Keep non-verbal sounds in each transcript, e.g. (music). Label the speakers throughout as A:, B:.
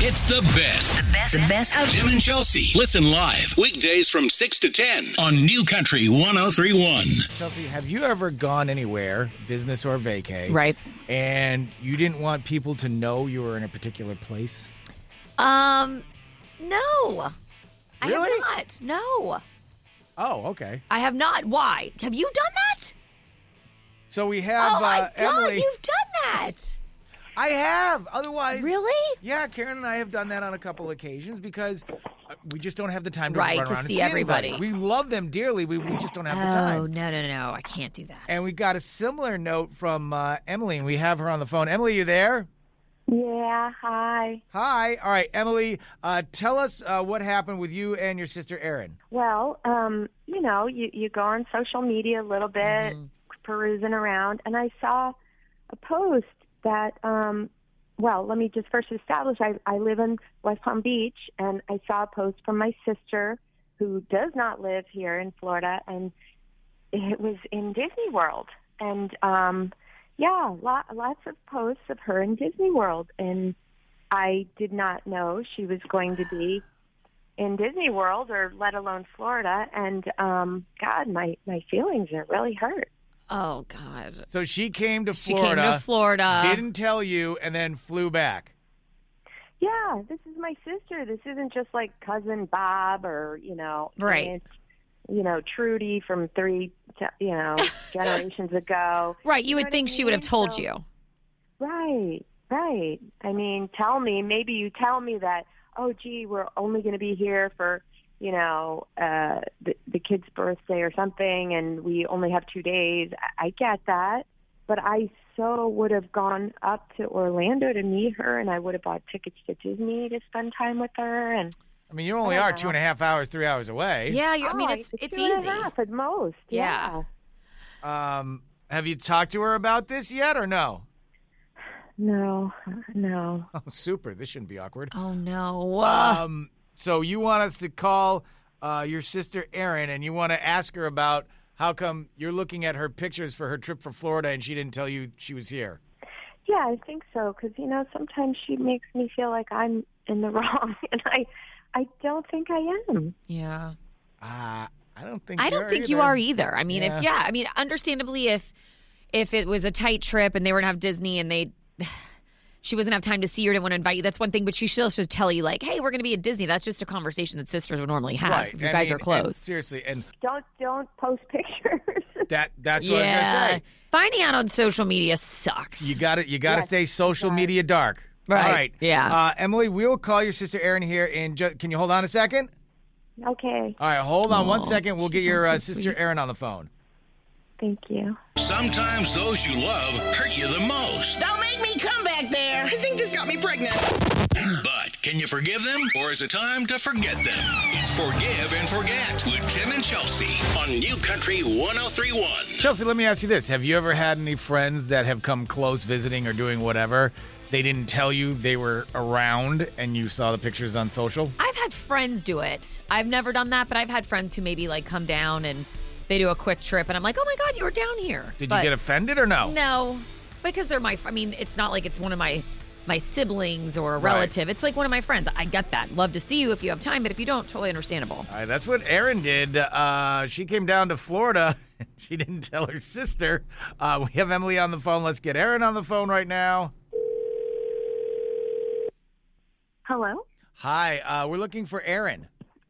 A: It's the best.
B: The best, the best of
A: Jim and Chelsea. Listen live weekdays from 6 to 10 on New Country 1031.
C: Chelsea, have you ever gone anywhere, business or vacay,
D: Right.
C: and you didn't want people to know you were in a particular place?
D: Um, no. I
C: Really?
D: have not. No.
C: Oh, okay.
D: I have not. Why? Have you done that?
C: So we have
D: oh my
C: uh,
D: god,
C: Emily.
D: you've done that.
C: I have. Otherwise,
D: Really?
C: Yeah, Karen and I have done that on a couple occasions because uh, we just don't have the time to
D: Right,
C: run
D: to
C: around
D: see
C: and see
D: everybody.
C: everybody. We love them dearly. We, we just don't have the
D: Oh,
C: time.
D: no, no, no. I can't do that.
C: And we got a similar note from uh, Emily, and we have her on the phone. Emily, you there?
E: Yeah, hi.
C: Hi. All right, Emily, uh, tell us uh, what happened with you and your sister Erin.
E: Well, um, you know, you, you go on social media a little bit, perusing around, and I saw a post that, um, well, let me just first establish I, I live in West Palm Beach, and I saw a post from my sister who does not live here in Florida, and it was in Disney World. And um, yeah, lot, lots of posts of her in Disney World, and I did not know she was going to be in Disney World or let alone Florida and um god my my feelings are really hurt.
D: Oh god.
C: So she came to
D: She
C: Florida,
D: came to Florida.
C: didn't tell you, and then flew back.
E: Yeah, this is my sister. This isn't just like cousin Bob or, you know,
D: Right.
E: aunt, you know, Trudy from 3 you know, generations ago.
D: Right, you
E: know
D: would
E: what I
D: think she would have
E: mean?
D: told
E: So-
D: you.
E: Right, right. I mean, tell me, maybe you tell me that, oh, gee, we're only going to be here for, you know, uh, the, the kid's birthday or something, and we only have two days. I, I get that. But I so would have gone up to Orlando to meet her, and I would have bought tickets to Disney to spend time with her. And
C: I mean, you only are two and a half hours, three hours away.
D: Yeah, you're, I mean
E: Oh,
D: it's it's
E: two and a
D: easy.
E: half at most.
D: Yeah.
E: yeah.
C: Um, have you talked to her about this yet, or no? (laughs)
E: No, no.
C: Oh, super. This shouldn't be awkward.
D: Oh no. Uh,
C: Um, so you want us to call uh, your sister Erin, and you want to ask her about how come you're looking at her pictures for her trip for Florida, and she didn't tell you she was here.
E: Yeah, I think so. Because you know, sometimes she makes me feel like I'm in the (laughs) wrong, and I, I don't think I am.
D: yeah.
C: Uh, I don't think
D: I
C: you
D: don't
C: are
D: think
C: either.
D: you are either. I mean, if
C: Yeah.
D: yeah, I mean, understandably, if if it was a tight trip and they were gonna have Disney and they (sighs) she wasn't have time to see you or didn't want to invite you, that's one thing. But she still should tell you like, hey, we're gonna be at Disney. That's just a conversation that sisters would normally have
C: Right.
D: if you
C: I
D: guys
C: mean,
D: are
C: and
D: close.
C: seriously, and
E: Don't don't post (laughs) pictures.
C: that that's what I was
D: yeah,
C: gonna
D: finding out on social media sucks.
C: say. You got it. You got to
E: Yes,
C: stay social media dark.
D: Right.
C: All right.
D: Yeah.
C: Uh, Emily, we'll call your sister Erin here in. Ju- can you hold on a second?
E: okay,
C: All right. Hold on one
D: Aw,
C: second. We'll
D: she
C: get your uh,
D: sounds Oh, so
C: sister
D: sweet.
C: Erin on the phone.
E: thank you.
A: Sometimes those you love hurt you the most.
F: Don't make me come back there. I think this got me pregnant.
A: But can you forgive them or is it time to forget them? It's Forgive and Forget with Jim and Chelsea on New Country 1031.
C: Chelsea, let me ask you this. Have you ever had any friends that have come close visiting or doing whatever? They didn't tell you they were around and you saw the pictures on social?
D: I've had friends do it. I've never done that, but I've had friends who maybe like come down and they do a quick trip, and I'm like, oh my god, you were down here.
C: Did
D: But-
C: you get offended or no?
D: No, because they're my. I mean, it's not like it's one of my my siblings or a
C: Right.
D: relative. It's like one of my friends. I get that. Love to see you if you have time, but if you don't, totally understandable.
C: All right, that's what Erin did. Uh, she came down to Florida. (laughs) she didn't tell her sister. Uh, we have Emily on the phone. Let's get Erin on the phone right now.
E: Hello.
C: Hi, uh, we're looking for Erin.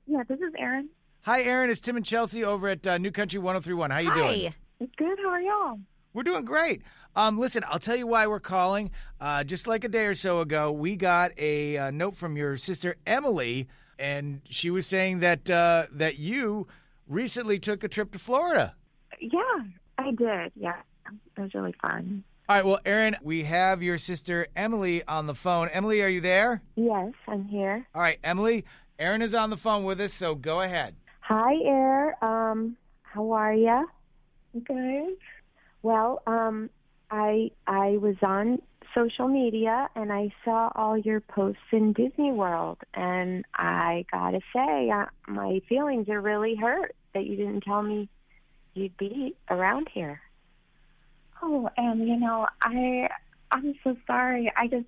E: Yeah, this is Erin.
C: Hi, Erin. It's Tim and Chelsea over at uh, New Country 1031. How you doing?
D: Hi.
E: Good. How are y'all?
C: We're doing great. Um, listen, I'll tell you why we're calling. Uh, just like a day or so ago, we got a uh, note from your sister Emily, and she was saying that uh, that you recently took a trip to Florida.
E: Yeah, I did. Yeah, it was really fun.
C: All right, well, Erin, we have your sister Emily on the phone. Emily, are you there?
E: Yes, I'm here.
C: All right, Emily, Erin is on the phone with us, so go ahead.
E: Hi, Air. Um, how are ya? Good. Well, um, I I was on social media and I saw all your posts in Disney World, and I gotta say, uh, my feelings are really hurt that you didn't tell me you'd be around here.
G: Oh, and you know, I I'm so sorry. I just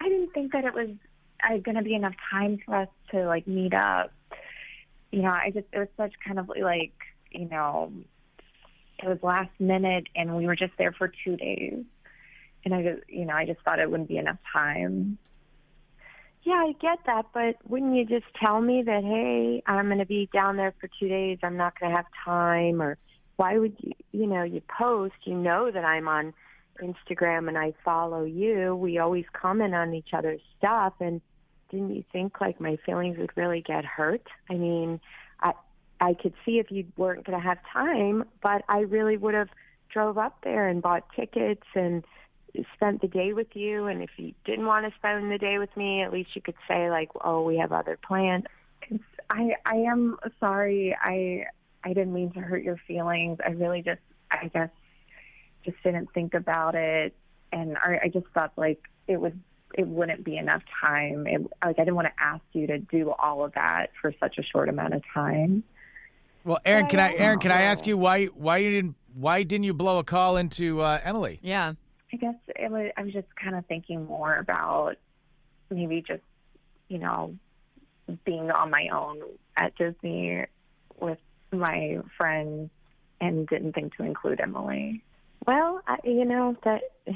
G: I didn't think that it was uh, going to be enough time for us to like meet up? You know, I just it was such kind of like you know, it was last minute, and we were just there for two days, and I just you know I just thought it wouldn't be enough time.
E: Yeah, I get that, but wouldn't you just tell me that, hey, I'm going to be down there for two days. I'm not going to have time. Or why would you, you know, you post, you know that I'm on Instagram and I follow you. We always comment on each other's stuff. And didn't you think like my feelings would really get hurt? I mean, I, I could see if you weren't going to have time, but I really would have drove up there and bought tickets and spent the day with you and if you didn't want to spend the day with me at least you could say like oh we have other plans
G: It's, I I am sorry. I I didn't mean to hurt your feelings. I really just I guess just didn't think about it, and I, I just thought like it would it wouldn't be enough time. It, like I didn't want to ask you to do all of that for such a short amount of time.
C: Well, Aaron, can I Aaron, can I ask you why why you didn't why didn't you blow a call into uh, Emily?
D: Yeah.
G: I guess it was, I was just kind of thinking more about maybe just, you know, being on my own at Disney with my friends and didn't think to include Emily.
E: well I, you know that (laughs)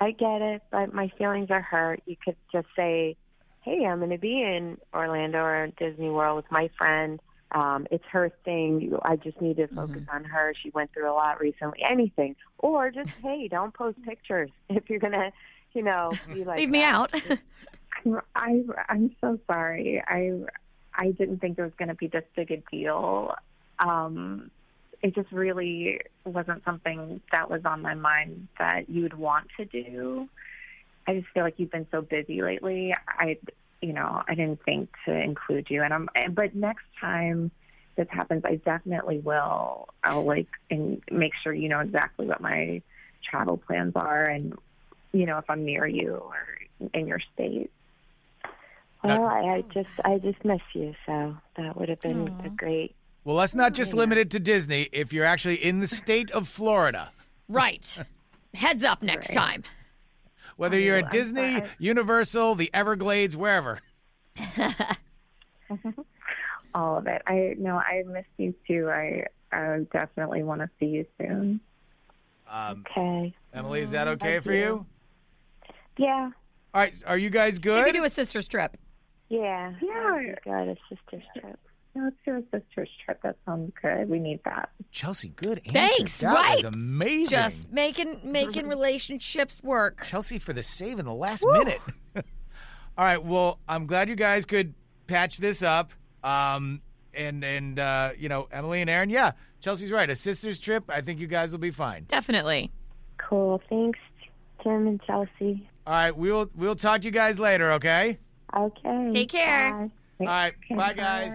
E: i get it but my feelings are hurt you could just say hey i'm going to be in orlando or disney world with my friend um it's her thing You- i just need
G: Mm-hmm.
E: to focus on her she went through a lot recently anything or just hey don't post pictures (laughs) if you're going to you know be like
D: Leave me
E: that.
D: out. (laughs)
G: I'm, I, I'm so sorry. I, I didn't think it was going to be this big a deal. Um, it just really wasn't something that was on my mind that you'd want to do. I just feel like you've been so busy lately. I, you know, I didn't think to include you. And I'm, and, but next time this happens, I definitely will. I'll like and make sure you know exactly what my travel plans are, and you know if I'm near you or in your state.
E: Well, I, I just I just miss you, so that would have been a great.
C: Well, let's not just limit it to Disney. If you're actually in the state of Florida,
D: right. Heads up next time.
C: whether you're at Disney, Universal, the Everglades, wherever.
G: all of it. I no, I miss you too. I I definitely want to see you soon.
E: Okay.
C: Um, Emily, is
D: Mm,
C: that okay for you?
E: Yeah.
C: All right, are you guys
D: Maybe
C: good?
D: do a sister's trip.
E: Yeah.
G: Yeah.
E: Oh, you got a sister's trip.
G: Yeah, Let's do a sister's trip. That sounds good. We need that.
C: Chelsea, good answer.
D: Thanks,
C: That was
D: right.
C: amazing.
D: Just making
E: (laughs)
D: making relationships work.
C: Chelsea for the save in the last minute. (laughs) All right. Well, I'm glad you guys could patch this up. Um, and and uh, you know, Emily and Aaron. Yeah, Chelsea's right. A sisters trip. I think you guys will be fine.
D: Definitely.
E: Cool. Thanks, Tim and Chelsea.
C: All right. We'll we'll talk to you guys later. Okay.
E: Okay.
D: Take care.
E: Bye.
C: All right. Bye, guys.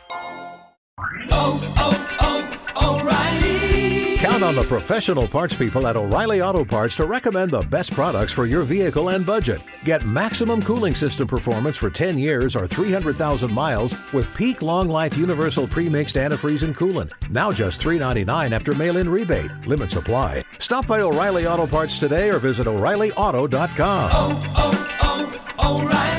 H: Count on the professional parts people at O'Reilly Auto Parts to recommend the best products for your vehicle and budget. Get maximum cooling system performance for 10 years or 300,000 miles with peak long life universal premixed antifreeze and coolant. Now just $3.99 after mail in rebate. Limit supply. Stop by O'Reilly Auto Parts today or visit O'ReillyAuto.com.
B: Oh, oh, O'Reilly.